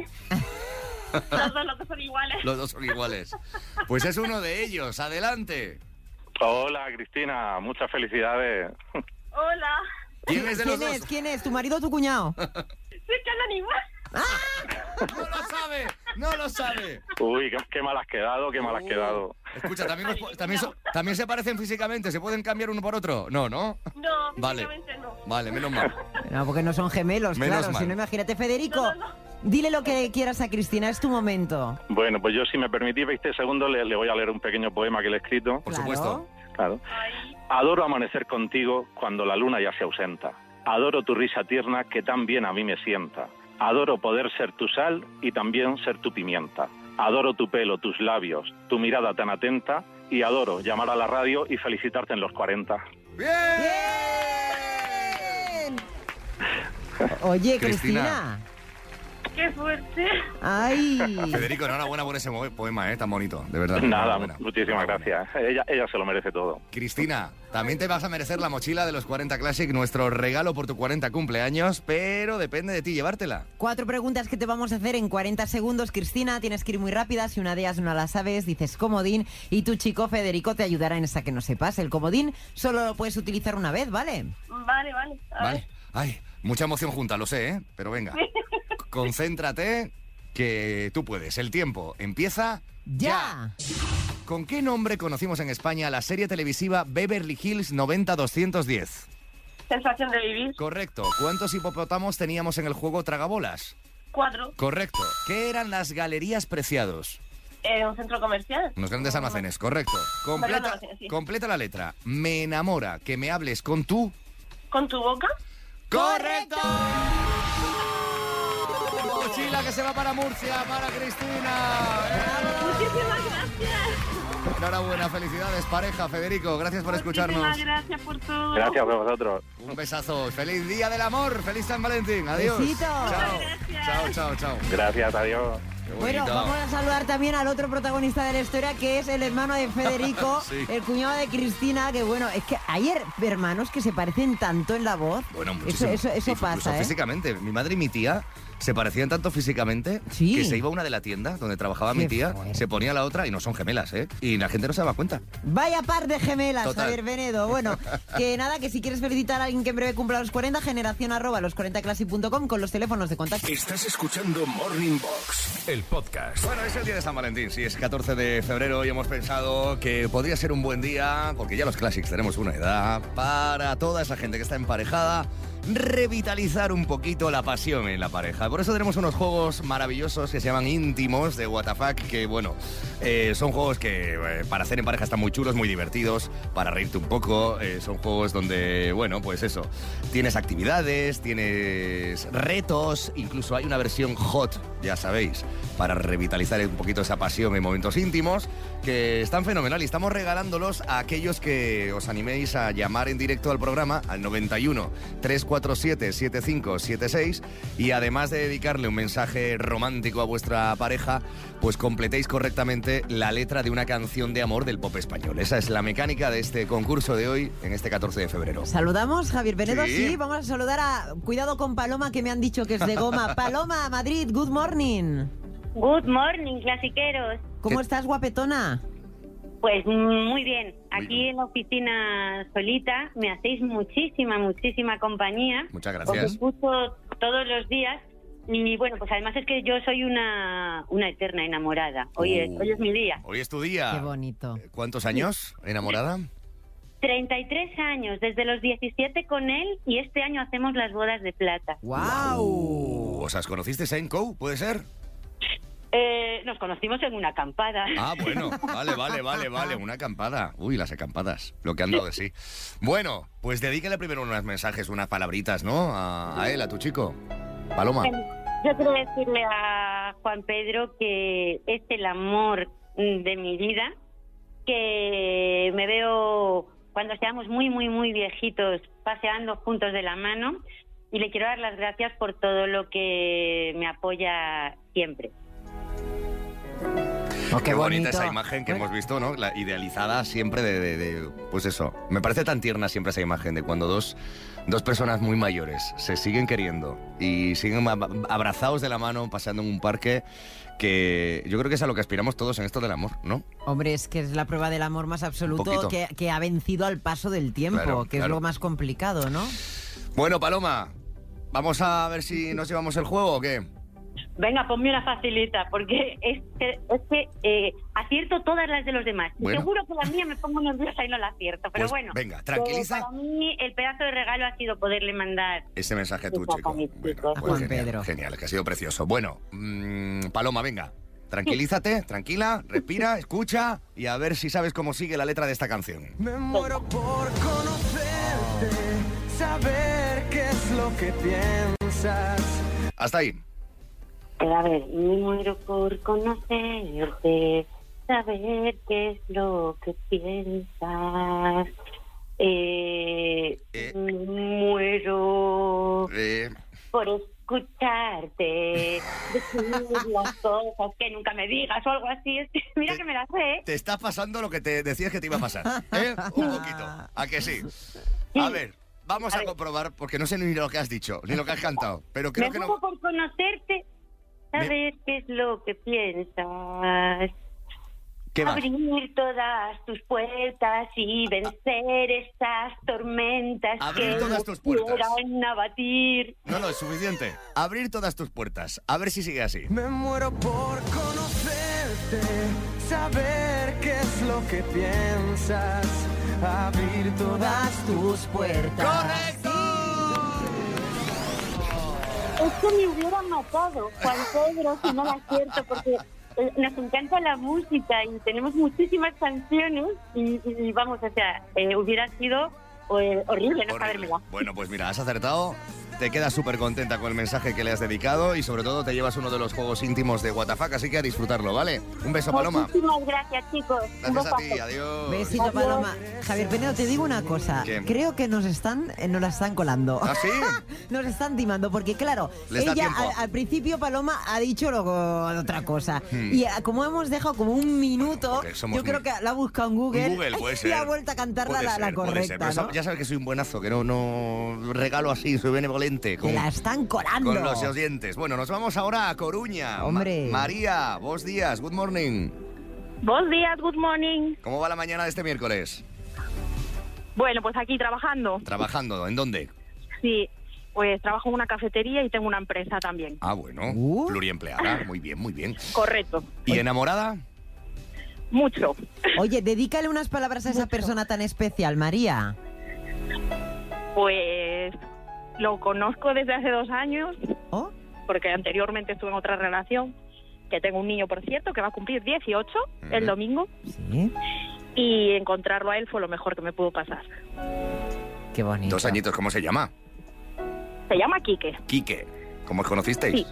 S11: los dos, los dos son iguales.
S2: Los dos son iguales. Pues es uno de ellos. Adelante.
S12: Hola, Cristina. Muchas felicidades.
S11: Hola.
S2: ¿Quién es de los
S4: ¿Quién
S2: dos?
S4: es? ¿Quién es? ¿Tu marido o tu cuñado?
S11: Sí, que andan igual.
S2: ¡No lo sabe! ¡No lo sabe!
S12: Uy, qué, qué mal has quedado, qué mal has quedado.
S2: Uh. Escucha, también, os- también, so- también se parecen físicamente. ¿Se pueden cambiar uno por otro? No, ¿no?
S11: No,
S2: Vale.
S11: físicamente no.
S2: Vale, menos mal.
S4: No, porque no son gemelos,
S2: Menos
S4: claro.
S2: mal.
S4: Si no, imagínate, Federico. Dile lo que quieras a Cristina, es tu momento.
S12: Bueno, pues yo, si me permitís 20 segundos, le, le voy a leer un pequeño poema que le he escrito.
S2: Por supuesto.
S12: Claro. Adoro amanecer contigo cuando la luna ya se ausenta. Adoro tu risa tierna que tan bien a mí me sienta. Adoro poder ser tu sal y también ser tu pimienta. Adoro tu pelo, tus labios, tu mirada tan atenta y adoro llamar a la radio y felicitarte en los 40.
S4: Oye,
S2: Cristina.
S4: Cristina.
S11: Qué fuerte.
S4: Ay.
S2: Federico, enhorabuena por ese mo- poema, ¿eh? Tan bonito, de verdad.
S12: Nada,
S2: enhorabuena.
S12: muchísimas gracias. Ella, ella se lo merece todo.
S2: Cristina, también te vas a merecer la mochila de los 40 Classic, nuestro regalo por tu 40 cumpleaños, pero depende de ti llevártela.
S4: Cuatro preguntas que te vamos a hacer en 40 segundos, Cristina. Tienes que ir muy rápida. Si una de ellas no la sabes, dices comodín. Y tu chico Federico te ayudará en esa que no sepas. El comodín solo lo puedes utilizar una vez, ¿vale?
S11: Vale, vale. A
S2: Vale. Ay, mucha emoción junta, lo sé, ¿eh? Pero venga, concéntrate, que tú puedes. El tiempo empieza
S4: ¡Ya!
S2: ¿Con qué nombre conocimos en España la serie televisiva Beverly Hills 90210?
S11: ver. Sensación de vivir.
S2: Correcto. ¿Cuántos hipopótamos teníamos en el juego Tragabolas?
S11: Cuatro.
S2: Correcto. ¿Qué eran las galerías preciados?
S11: Eh, un centro comercial.
S2: Unos grandes almacenes, correcto.
S11: Perdón,
S2: Completa,
S11: almacenes, sí.
S2: completa la letra. Me enamora que me hables con tú.
S11: ¿Con tu boca?
S2: ¡Correcto! Mochila que se va para Murcia, para Cristina.
S11: Muchísimas gracias.
S2: ¡Eh! Enhorabuena, felicidades, pareja, Federico. Gracias por escucharnos.
S11: Muchísimas gracias por todo.
S12: Gracias a vosotros.
S2: Un besazo. Feliz día del amor. Feliz San Valentín. Adiós.
S4: Besito.
S2: Chao.
S11: Gracias.
S2: Chao, chao, chao.
S12: Gracias, adiós.
S2: Qué
S4: Bueno,
S2: bonito.
S4: vamos a saludar también al otro protagonista de la historia, que es el hermano de Federico,
S2: Sí.
S4: el cuñado de Cristina, que bueno, es que hay her- hermanos que se parecen tanto en la voz.
S2: Bueno,
S4: eso,
S2: muchísimo.
S4: eso, eso
S2: Incluso
S4: pasa, ¿eh?
S2: físicamente. Mi madre y mi tía se parecían tanto físicamente
S4: Sí.
S2: que se iba una de la tienda donde trabajaba mi
S4: Qué
S2: tía,
S4: fuerte.
S2: se ponía la otra y no son gemelas, ¿eh? Y la gente no se daba cuenta.
S4: Vaya par de gemelas,
S2: Total.
S4: Javier Venedo. Bueno, que nada, que si quieres felicitar a alguien que en breve cumpla los 40, generación arroba los40classic.com con los teléfonos de contacto.
S1: Estás escuchando Morning Box, el podcast.
S2: Bueno, es el día de San Valentín, sí, es 14 de febrero y hemos pensado que podría ser un buen día, porque ya los clásicos tenemos una edad, para toda esa gente que está emparejada, revitalizar un poquito la pasión en la pareja. Por eso tenemos unos juegos maravillosos que se llaman íntimos de WTF, que bueno, eh, son juegos que eh, para hacer en pareja están muy chulos, muy divertidos, para reírte un poco, eh, son juegos donde, bueno, pues eso, tienes actividades, tienes retos, incluso hay una versión hot, ya sabéis, para revitalizar un poquito esa pasión en momentos íntimos, que están fenomenal y estamos regalándolos a aquellos que os animéis a llamar en directo al programa al 91 347 7576 y además de dedicarle un mensaje romántico a vuestra pareja, pues completéis correctamente la letra de una canción de amor del pop español. Esa es la mecánica de este concurso de hoy en este 14 de febrero.
S4: Saludamos, Javier Venedo.
S2: Sí.
S4: Sí. vamos a saludar a. Cuidado con Paloma, que me han dicho que es de goma. Paloma, Madrid, good morning.
S8: Good morning, clasiqueros.
S4: ¿Cómo
S2: ¿Qué-
S4: estás, guapetona?
S8: Pues muy bien, aquí en la oficina solita me hacéis muchísima, muchísima compañía.
S2: Muchas
S8: Os
S2: gracias.
S8: escucho todos los días y bueno, pues además es que yo soy una, una eterna enamorada. Hoy, es,
S2: Uh.
S8: hoy es mi día.
S2: Hoy es tu
S4: Qué
S2: día.
S4: bonito.
S2: ¿Cuántos años, enamorada?
S8: 33 años, desde los 17 con él y este año hacemos las bodas de plata.
S4: ¡Wow!
S2: Uh, o sea, ¿os conocisteis en Co? ¿Puede ser?
S8: Eh, nos conocimos en una acampada.
S2: Ah, bueno, vale, vale, vale, vale. Una acampada. Uy, las acampadas, lo que han dado de sí. Bueno, pues dedícale primero unos mensajes, unas palabritas, ¿no? A, a él, a tu chico. Paloma.
S8: Yo quiero decirle a Juan Pedro que es el amor de mi vida, que me veo cuando seamos muy, muy, muy viejitos paseando juntos de la mano y le quiero dar las gracias por todo lo que me apoya siempre.
S2: qué, bonita
S4: bonito.
S2: esa imagen que hemos visto, ¿no? La idealizada siempre de, de- de- Pues eso. Me parece tan tierna siempre esa imagen de cuando dos, dos personas muy mayores se siguen queriendo y siguen ab- abrazados de la mano paseando en un parque que yo creo que es a lo que aspiramos todos en esto del amor, ¿no?
S4: Hombre, es que es la prueba del amor más absoluto
S2: poquito.
S4: que, que ha vencido al paso del tiempo,
S2: Claro,
S4: que es
S2: claro.
S4: lo más complicado, ¿no?
S2: Bueno, Paloma, vamos a ver si nos llevamos el juego o qué.
S8: Venga, ponme una facilita, porque es que, es que eh, acierto todas las de los demás. Y
S2: Bueno.
S8: Seguro que la mía me pongo nerviosa y no la acierto, pero
S2: Pues
S8: bueno.
S2: venga,
S8: que
S2: tranquiliza.
S8: Para mí el pedazo de regalo ha sido poderle mandar
S2: Ese mensaje a tu
S8: esa
S2: chico.
S8: panis-
S2: Bueno, pues genial, Genial, que ha sido precioso. Bueno, mm, Paloma, venga. Tranquilízate, tranquila, respira, escucha y a ver si sabes cómo sigue la letra de esta canción.
S3: Me muero por conocerte, saber qué es lo que piensas.
S2: Hasta ahí.
S8: Pero a ver, me muero por conocerte, saber qué es lo que piensas. Eh, me muero
S2: Eh,
S8: por escucharte, decir las cosas que nunca me digas o algo así. Es que Mira que me las sé. ¿eh?
S2: te estás pasando lo que te decías que te iba a pasar. ¿eh? Un poquito. ¿A que sí? A ver, vamos a, comprobar, porque no sé ni lo que has dicho, ni lo que has cantado. Pero creo
S8: me
S2: que
S8: muero
S2: no.
S8: por conocerte, saber qué es lo que piensas.
S2: ¿Qué va?
S8: Abrir todas tus puertas y vencer estas tormentas
S2: Abrir
S8: que
S2: todas
S8: nos
S2: tus puertas.
S8: quieran abatir.
S2: No, no, es suficiente. Abrir todas tus puertas. A ver si sigue así.
S3: Me muero por conocerte, saber qué es lo que piensas, abrir todas tus puertas.
S2: ¡Correcto!
S8: Es que me hubiera matado Juan Pedro si no la acierto, porque eh, nos encanta la música y tenemos muchísimas canciones y, y vamos, o sea, eh, hubiera sido eh, horrible no sabérmela.
S2: Bueno, pues mira, has acertado. Te quedas súper contenta con el mensaje que le has dedicado y sobre todo te llevas uno de los juegos íntimos de WTF, así que a disfrutarlo, ¿vale? Un beso, Paloma.
S8: Muchísimas gracias, chicos. Un
S2: Gracias a ti,
S8: besazo.
S2: adiós.
S4: Besito, Paloma. Javier Penedo, te digo una cosa.
S2: ¿Qué?
S4: Creo que nos están, eh, nos la están colando.
S2: ¿Ah, sí?
S4: nos están timando, porque claro,
S2: Les da
S4: ella
S2: tiempo.
S4: al, al principio Paloma ha dicho luego otra cosa.
S2: Hmm.
S4: Y ah, como hemos dejado como un minuto,
S2: Porque somos
S4: yo creo
S2: muy-
S4: que la ha buscado en Google,
S2: Google, puede
S4: y ha
S2: ser.
S4: vuelto a cantar la,
S2: Puede
S4: la
S2: ser, puede
S4: correcta.
S2: ser, pero
S4: ¿no?
S2: sa- ya sabes que soy un buenazo, que no, no regalo así, soy benevolente. Con,
S4: Que la están colando.
S2: con los oyentes. Bueno, nos vamos ahora a Coruña. Ma-
S4: Hombre.
S2: María, vos días, good morning.
S11: Buenos días, good morning.
S2: ¿Cómo va la mañana de este miércoles?
S11: Bueno, pues aquí trabajando.
S2: Trabajando, ¿en dónde?
S11: Sí, pues trabajo en una cafetería y tengo una empresa también.
S2: Ah, bueno, pluriempleada, muy bien, muy bien.
S11: Correcto.
S2: ¿Y enamorada?
S11: Mucho.
S4: Oye, dedícale unas palabras a esa persona tan especial, María.
S11: Pues lo conozco desde hace dos años,
S4: ¿Oh?
S11: porque anteriormente estuve en otra relación, que tengo un niño, por cierto, que va a cumplir 18 el
S2: Ujú.
S11: domingo,
S4: Sí,
S11: y encontrarlo a él fue lo mejor que me pudo pasar.
S4: qué bonito.
S2: Dos añitos, ¿cómo se llama?
S11: Se llama Quique.
S2: Quique. ¿Cómo os conocisteis?
S11: Sí.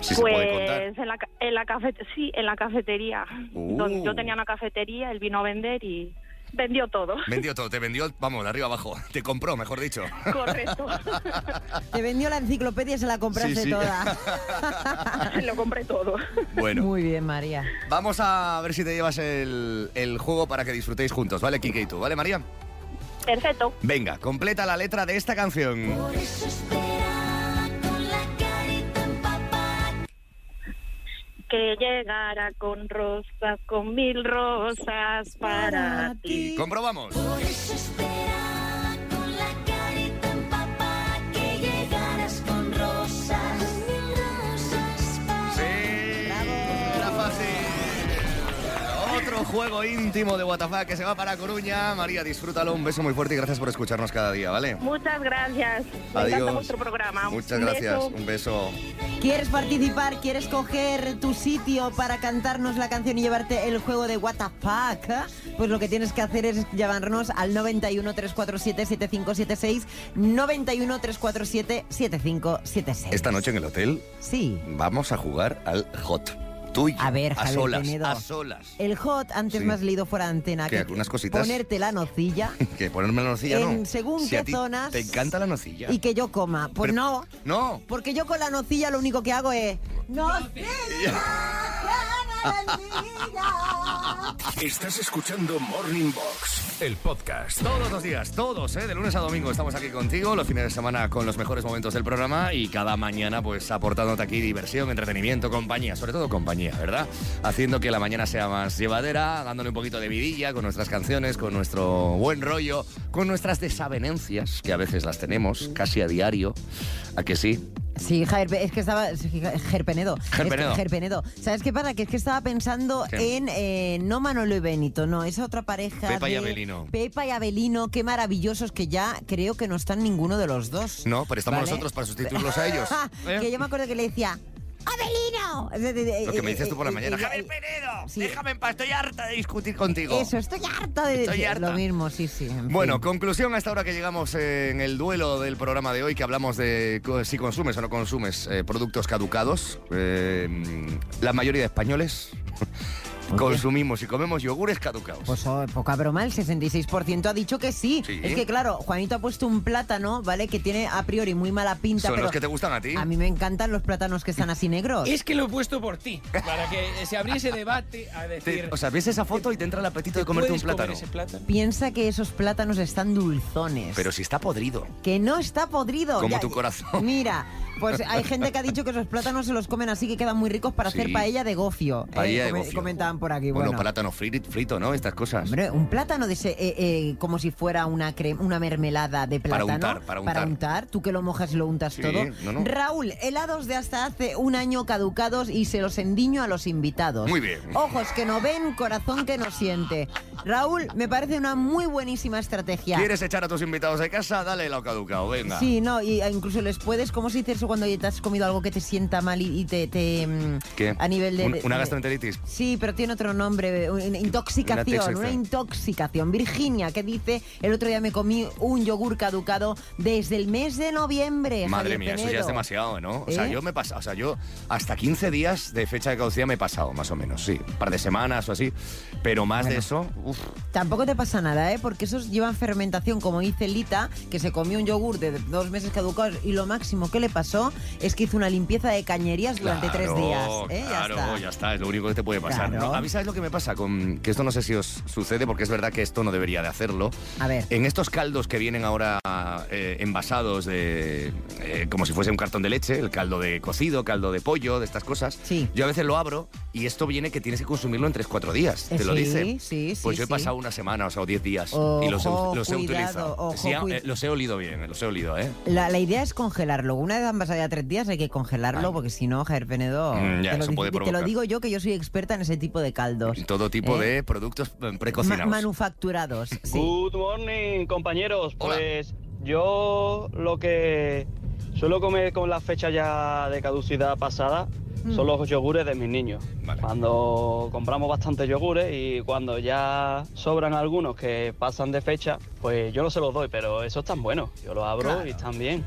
S2: Si se
S11: pues
S2: puede contar.
S11: en la, ca- en la cafe- sí, en la cafetería.
S2: Uh.
S11: Donde yo tenía una cafetería, él vino a vender y vendió todo.
S2: Vendió todo, te vendió, vamos, de arriba abajo. Te compró, mejor dicho.
S11: Correcto.
S4: Te vendió la enciclopedia y se la compraste
S2: Sí, sí.
S4: toda.
S11: Lo compré todo.
S2: Bueno,
S4: Muy bien, María.
S2: vamos a ver si te llevas el, el juego para que disfrutéis juntos, ¿vale, Quique y tú? ¿Vale, María?
S11: Perfecto.
S2: Venga, completa la letra de esta canción.
S11: Que llegara con rosas, con mil rosas para ti.
S2: Comprobamos.
S7: Que llegaras con rosas, mil rosas para
S2: Era fácil. Otro juego íntimo de WTF que se va para Coruña. María, disfrútalo. Un beso muy fuerte y gracias por escucharnos cada día, ¿vale?
S11: Muchas gracias. Me encanta
S2: Adiós.
S11: vuestro programa.
S2: Muchas
S11: Un
S2: gracias.
S11: beso.
S2: Un beso.
S4: ¿Quieres participar? ¿Quieres coger tu sitio para cantarnos la canción y llevarte el juego de What the Fuck? eh? Pues lo que tienes que hacer es llamarnos al 91 347 7576 91 347 7576.
S2: Esta noche en el hotel
S4: Sí.
S2: vamos a jugar al hot. Tú y yo,
S4: A ver,
S2: a
S4: Javier Eh,
S2: solas,
S4: Penedo.
S2: a solas.
S4: El hot, antes
S2: Sí.
S4: más leído fuera de antena,
S2: ¿Qué, unas cositas?
S4: ponerte la nocilla
S2: Que ponerme la nocilla
S4: En
S2: no.
S4: según
S2: Si
S4: qué
S2: a ti
S4: zonas
S2: Te encanta la nocilla.
S4: y que yo coma.
S2: Pero-
S4: Pues no,
S2: No.
S4: porque yo con la nocilla lo único que hago es... ¡No!
S2: Ya.
S1: Estás escuchando Morning Box, el podcast.
S2: Todos los días, todos, ¿eh? de lunes a domingo estamos aquí contigo, los fines de semana con los mejores momentos del programa y cada mañana pues aportándote aquí diversión, entretenimiento, compañía, sobre todo compañía, ¿verdad? Haciendo que la mañana sea más llevadera, dándole un poquito de vidilla con nuestras canciones, con nuestro buen rollo, con nuestras desavenencias, que a veces las tenemos casi a diario, ¿a que sí?
S4: Sí, Jair, es que estaba. Gerpenedo.
S2: Gerpenedo.
S4: Es que Gerpenedo. ¿Sabes qué pasa? Que es que estaba pensando
S2: ¿Qué?
S4: en. eh, no Manolo y Benito, no, esa otra pareja.
S2: Pepa y
S4: de-
S2: Abelino.
S4: Pepa y Abelino, qué maravillosos que ya creo que no están ninguno de los dos.
S2: No, pero estamos
S4: ¿Vale?
S2: nosotros para sustituirlos a ellos. ¿eh?
S4: que yo me eh, acuerdo que le decía. ¡Abelino!
S2: Lo que me dices tú por la mañana, "Javier
S4: Penedo!
S2: Déjame en paz, estoy harta de discutir contigo.
S4: Eso, estoy harta de
S2: Estoy
S4: decir
S2: harta.
S4: lo mismo, sí, sí. en
S2: Bueno, conclusión a esta hora que llegamos eh, en el duelo del programa de hoy, que hablamos de co- si consumes o no consumes eh, productos caducados. Eh, mm, la mayoría de españoles consumimos y comemos yogures caducados.
S4: Pues oh, poca broma, el 66% ha dicho que sí.
S2: Sí.
S4: Es que claro, Juanito ha puesto un plátano, ¿vale? Que tiene a priori muy mala pinta.
S2: ¿Son
S4: pero
S2: los que te gustan a ti?
S4: A mí me encantan los plátanos que están así negros.
S5: Es que lo he puesto por ti, para que se abriese debate a decir...
S2: Te- o sea, ves esa foto y te entra el apetito de comerte un
S5: ¿puedes comer
S2: plátano.
S5: ese plátano?
S4: Piensa que esos plátanos están dulzones.
S2: Pero si está podrido.
S4: Que no está podrido.
S2: Como tu corazón.
S4: Mira, pues hay gente que ha dicho que esos plátanos se los comen así que quedan muy ricos para hacer
S2: Sí.
S4: paella de gofio. ¿eh?
S2: Paella de
S4: Come-
S2: gofio.
S4: Comentaban por aquí.
S2: O
S4: Bueno,
S2: los plátanos frit- frito, ¿no? Estas cosas.
S4: Hombre, un plátano de ese, eh, eh, como si fuera una crema, una mermelada de
S2: Para
S4: plátano.
S2: untar, para untar.
S4: Tú que lo mojas y lo untas
S2: Sí,
S4: todo.
S2: no, no.
S4: Raúl, helados de hasta hace un año caducados y se los endiño a los invitados.
S2: Muy bien.
S4: Ojos que no ven, corazón que no siente. Raúl, me parece una muy buenísima estrategia.
S2: ¿Quieres echar a tus invitados de casa? Dale lo caducado, venga.
S4: Sí, no, y e incluso les puedes, ¿cómo se dice eso cuando te has comido algo que te sienta mal y, y te, te, mm,
S2: ¿Qué?
S4: a nivel de,
S2: Un-
S4: de-
S2: una
S4: de-
S2: gastroenteritis.
S4: Sí, pero tiene otro nombre, una intoxicación,
S2: Una
S4: una, intoxicación. Virginia, que dice, el otro día me comí un yogur caducado desde el mes de noviembre.
S2: Madre
S4: Javier
S2: mía, eso ya
S4: Penedo.
S2: es demasiado, ¿no? O sea,
S4: ¿Eh?
S2: yo me he pasado, o sea, yo hasta 15 días de fecha de caducidad me he pasado, más o menos, sí. Un par de semanas o así. Pero más de eso, uff.
S4: Tampoco te pasa nada, ¿eh? Porque esos llevan fermentación, como dice Lita, que se comió un yogur de dos meses caducados y lo máximo que le pasó es que hizo una limpieza de cañerías durante
S2: claro,
S4: tres días. ¿eh? Ya
S2: Claro,
S4: está.
S2: ya, está, es lo único que te puede pasar.
S4: Claro.
S2: No, a mí, ¿sabes lo que me pasa? Con, que esto no sé si os sucede, porque es verdad que esto no debería de hacerlo.
S4: A ver.
S2: En estos caldos que vienen ahora eh, envasados de, eh, como si fuese un cartón de leche, el caldo de cocido, caldo de pollo, de estas cosas, yo a veces lo abro y esto viene que tienes que consumirlo en 3-4 días. Te
S4: Eh,
S2: lo
S4: sí,
S2: dice.
S4: sí, sí,
S2: Pues yo he
S4: sí.
S2: pasado una semana, o sea, o 10 días. y los he,
S4: Ojo,
S2: los he
S4: cuidado,
S2: utilizado.
S4: ojo,
S2: Sí, ah,
S4: cuid-
S2: eh, los he olido bien, los he olido, ¿eh?
S4: La, la idea es congelarlo. Una vez han pasado ya tres días hay que congelarlo porque si no, Javier Penedo...
S2: Mm, ya,
S4: te, lo
S2: eso puede
S4: dice- te lo
S2: provocar.
S4: digo yo que yo soy experta en ese tipo de caldos.
S2: Todo tipo
S4: Eh,
S2: de productos eh,
S4: ma-
S2: precocinados.
S4: manufacturados. sí.
S2: Uh,
S13: Good morning, compañeros. Pues yo lo que suelo comer con la fecha ya de caducidad pasada son los yogures de mis niños. Cuando compramos bastantes yogures y cuando ya sobran algunos que pasan de fecha, pues yo no se los doy, pero esos están buenos. Yo los abro
S2: Claro.
S13: y están bien.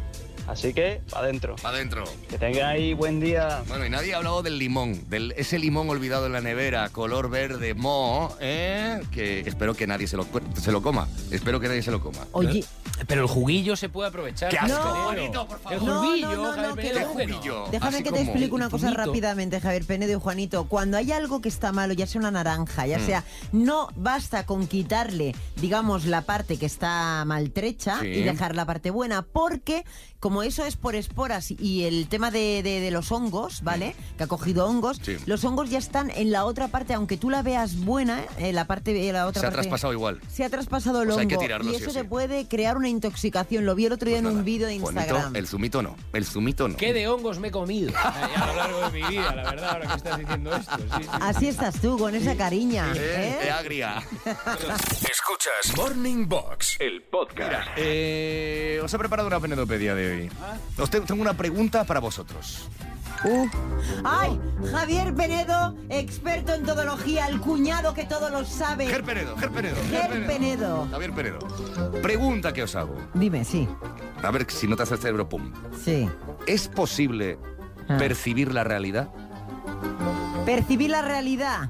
S13: Así que, para adentro.
S2: Para adentro.
S13: Que tengáis buen día.
S2: Bueno, y nadie ha hablado del limón, del ese limón olvidado en la nevera, color verde, moho, ¿eh? que espero que nadie se lo, cu- se lo coma. Espero que nadie se lo coma.
S4: Oye.
S5: Pero el juguillo se puede aprovechar.
S2: ¡Qué asco!
S5: Javier Penedo.
S2: No, Juanito, por favor.
S5: El
S2: No,
S5: juguillo,
S4: no, no,
S5: Javier
S4: no,
S5: Penedo,
S4: que-
S5: ¿qué no?
S4: Déjame
S5: Así
S4: que te
S5: como
S4: explique una cosa
S5: infinito.
S4: rápidamente, Javier Penedo y Juanito. Cuando hay algo que está malo, ya sea una naranja, ya
S2: Mm.
S4: sea, no basta con quitarle, digamos, la parte que está maltrecha
S2: Sí.
S4: y dejar la parte buena, porque como eso es por esporas y el tema de, de- de los hongos, ¿vale? Que ha cogido hongos,
S2: Mm. Sí.
S4: los hongos ya están en la otra parte, aunque tú la veas buena, eh, la parte, eh, la otra
S2: Se ha
S4: parte-
S2: traspasado igual.
S4: Se ha traspasado el
S2: Pues hay que
S4: hongo
S2: tirarlo,
S4: y
S2: sí
S4: eso
S2: o
S4: te
S2: sí.
S4: puede crear una intoxicación. Lo vi el otro día en un vídeo de Instagram.
S2: Juanito, el zumito no, el zumito no. Eh,
S5: ¿Qué de hongos me he comido a lo largo de mi vida, la verdad, ahora que estás diciendo esto? sí, sí.
S4: Así estás tú, con esa cariña. ¿eh?
S2: Eh, agria.
S1: Escuchas Morning Box, el podcast.
S2: Eh, os he preparado una penedopedia de hoy. Os te- tengo una pregunta para vosotros.
S4: Uh. ¡Ay! Javier Penedo, experto en todología, el cuñado que todo lo sabe. Ger
S2: Penedo, Ger Penedo.
S4: Ger Penedo.
S2: Javier Peredo. Pregunta que os hago.
S4: Dime, sí.
S2: A ver si no te hace el cerebro pum.
S4: Sí.
S2: ¿Es
S4: Ah.
S2: posible percibir la realidad?
S4: Percibí la realidad.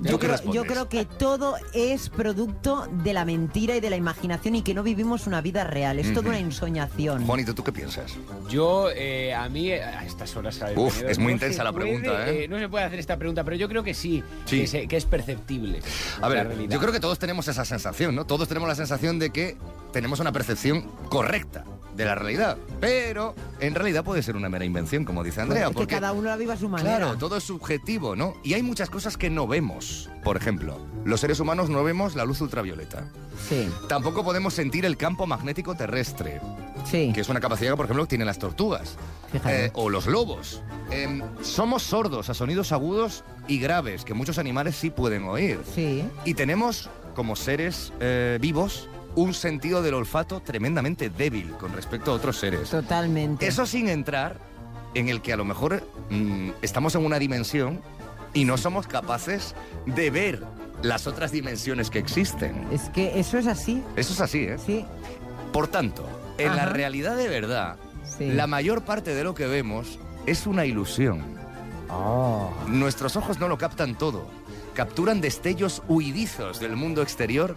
S4: Yo creo, yo creo que todo es producto de la mentira y de la imaginación y que no vivimos una vida real. Es toda una ensoñación.
S2: Juanito, ¿tú qué piensas?
S5: Yo, eh, a mí, eh, a estas horas... ¿sabes?
S2: Uf,
S5: Venido,
S2: es muy
S5: no
S2: intensa
S5: se
S2: la pregunta,
S5: puede,
S2: ¿eh?
S5: No se puede hacer esta pregunta, pero yo creo que sí, Que, se- que es perceptible.
S2: A
S5: la
S2: ver,
S5: realidad.
S2: yo creo que todos tenemos esa sensación, ¿no? Todos tenemos la sensación de que tenemos una percepción correcta de la realidad, pero en realidad puede ser una mera invención, como dice Andrea,
S4: Pues Es que
S2: porque
S4: cada uno la viva a su manera.
S2: claro, todo es subjetivo, ¿no? Y hay muchas cosas que no vemos. Por ejemplo, los seres humanos no vemos la luz ultravioleta.
S4: Sí.
S2: Tampoco podemos sentir el campo magnético terrestre.
S4: Sí.
S2: Que es una capacidad que, por ejemplo, tienen las tortugas. Eh, o los lobos. Em, somos sordos a sonidos agudos y graves, que muchos animales sí pueden oír.
S4: Sí.
S2: Y tenemos, como seres eh, vivos, un sentido del olfato tremendamente débil con respecto a otros seres.
S4: Totalmente.
S2: Eso sin entrar en el que a lo mejor mm, estamos en una dimensión y no somos capaces de ver las otras dimensiones que existen.
S4: Es que eso es así.
S2: Eso es así, ¿eh?
S4: Sí.
S2: Por tanto, en la
S4: Ajá.
S2: realidad de verdad,
S4: Sí.
S2: la mayor parte de lo que vemos es una ilusión.
S4: Ah.
S2: Nuestros ojos no lo captan todo. Capturan destellos huidizos del mundo exterior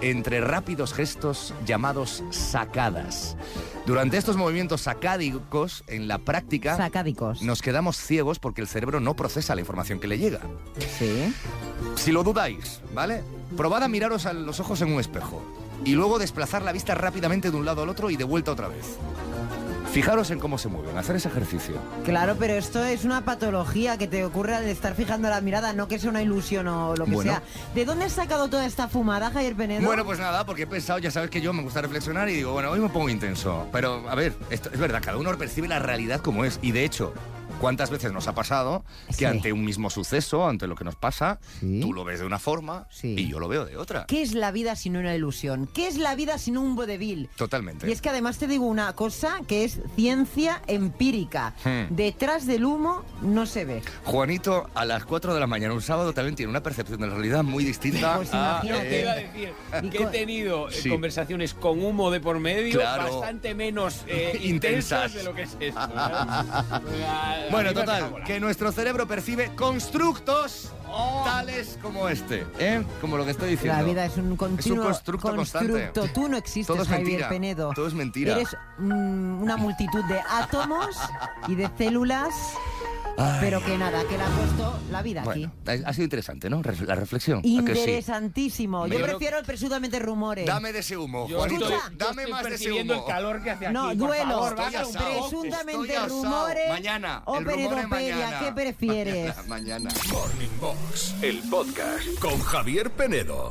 S2: entre rápidos gestos llamados sacadas. Durante estos movimientos sacádicos, en la práctica,
S4: Sacádicos.
S2: nos quedamos ciegos porque el cerebro no procesa la información que le llega.
S4: Sí.
S2: Si lo dudáis, ¿vale? Probad a miraros a los ojos en un espejo y luego desplazar la vista rápidamente de un lado al otro y de vuelta otra vez. Fijaros en cómo se mueven, hacer ese ejercicio.
S4: Claro, pero esto es una patología que te ocurre al estar fijando la mirada, no que sea una ilusión o lo que
S2: Bueno.
S4: sea. ¿De dónde has sacado toda esta fumada, Javier Penedo?
S2: Bueno, pues nada, porque he pensado, ya sabes que yo me gusta reflexionar y digo, bueno, hoy me pongo intenso. Pero, a ver, esto es verdad, cada uno percibe la realidad como es. Y de hecho, ¿cuántas veces nos ha pasado que
S4: Sí.
S2: ante un mismo suceso, ante lo que nos pasa, tú lo ves de una forma y yo lo veo de otra?
S4: ¿Qué es la vida sin una ilusión? ¿Qué es la vida sin un vodevil?
S2: Totalmente.
S4: Y es que además te digo una cosa que es ciencia empírica.
S2: Hmm.
S4: Detrás del humo no se ve.
S2: Juanito, a las 4 de la mañana, un sábado, también tiene una percepción de la realidad muy distinta.
S4: Pues
S2: a,
S5: Te
S2: eh,
S5: iba a decir que he tenido eh,
S2: Sí.
S5: conversaciones con humo de por medio
S2: Claro.
S5: bastante menos eh, intensas
S2: Intensas.
S5: de lo que es esto. ¿verdad?
S2: Bueno,
S5: A mí me ha
S2: total,
S5: dejado
S2: que nuestro cerebro percibe constructos
S5: Oh.
S2: tales como este, ¿eh? Como lo que estoy diciendo.
S4: La vida es un continuo
S2: constructo constante.
S4: constructo. Tú no existes,
S2: Todo es
S4: Javier
S2: mentira.
S4: Penedo.
S2: Todo es mentira.
S4: Eres mm, una multitud de átomos y de células, pero que nada, que le ha puesto la vida
S2: Bueno, ha ha sido interesante, ¿no? Ref- La reflexión. ¿a
S4: aquí.
S2: que sí?
S4: Interesantísimo.
S2: Me-
S4: Yo
S2: yo no-
S4: prefiero el presuntamente rumores.
S2: Dame de ese humo,
S5: Yo
S2: Juanito.
S5: estoy- yo
S2: Dame
S5: estoy
S2: más de ese
S5: percibiendo
S2: humo.
S5: el calor que hace aquí.
S4: No,
S5: por
S4: duelo.
S5: favor, baja
S2: Estoy
S5: un
S2: asado,
S5: poco.
S4: presuntamente
S2: estoy asado.
S4: rumores
S2: Mañana,
S4: o
S2: el rumor es
S4: pedopedia,
S2: mañana.
S4: ¿qué prefieres?
S2: Mañana.
S1: Morning Box, el podcast con Javier Penedo.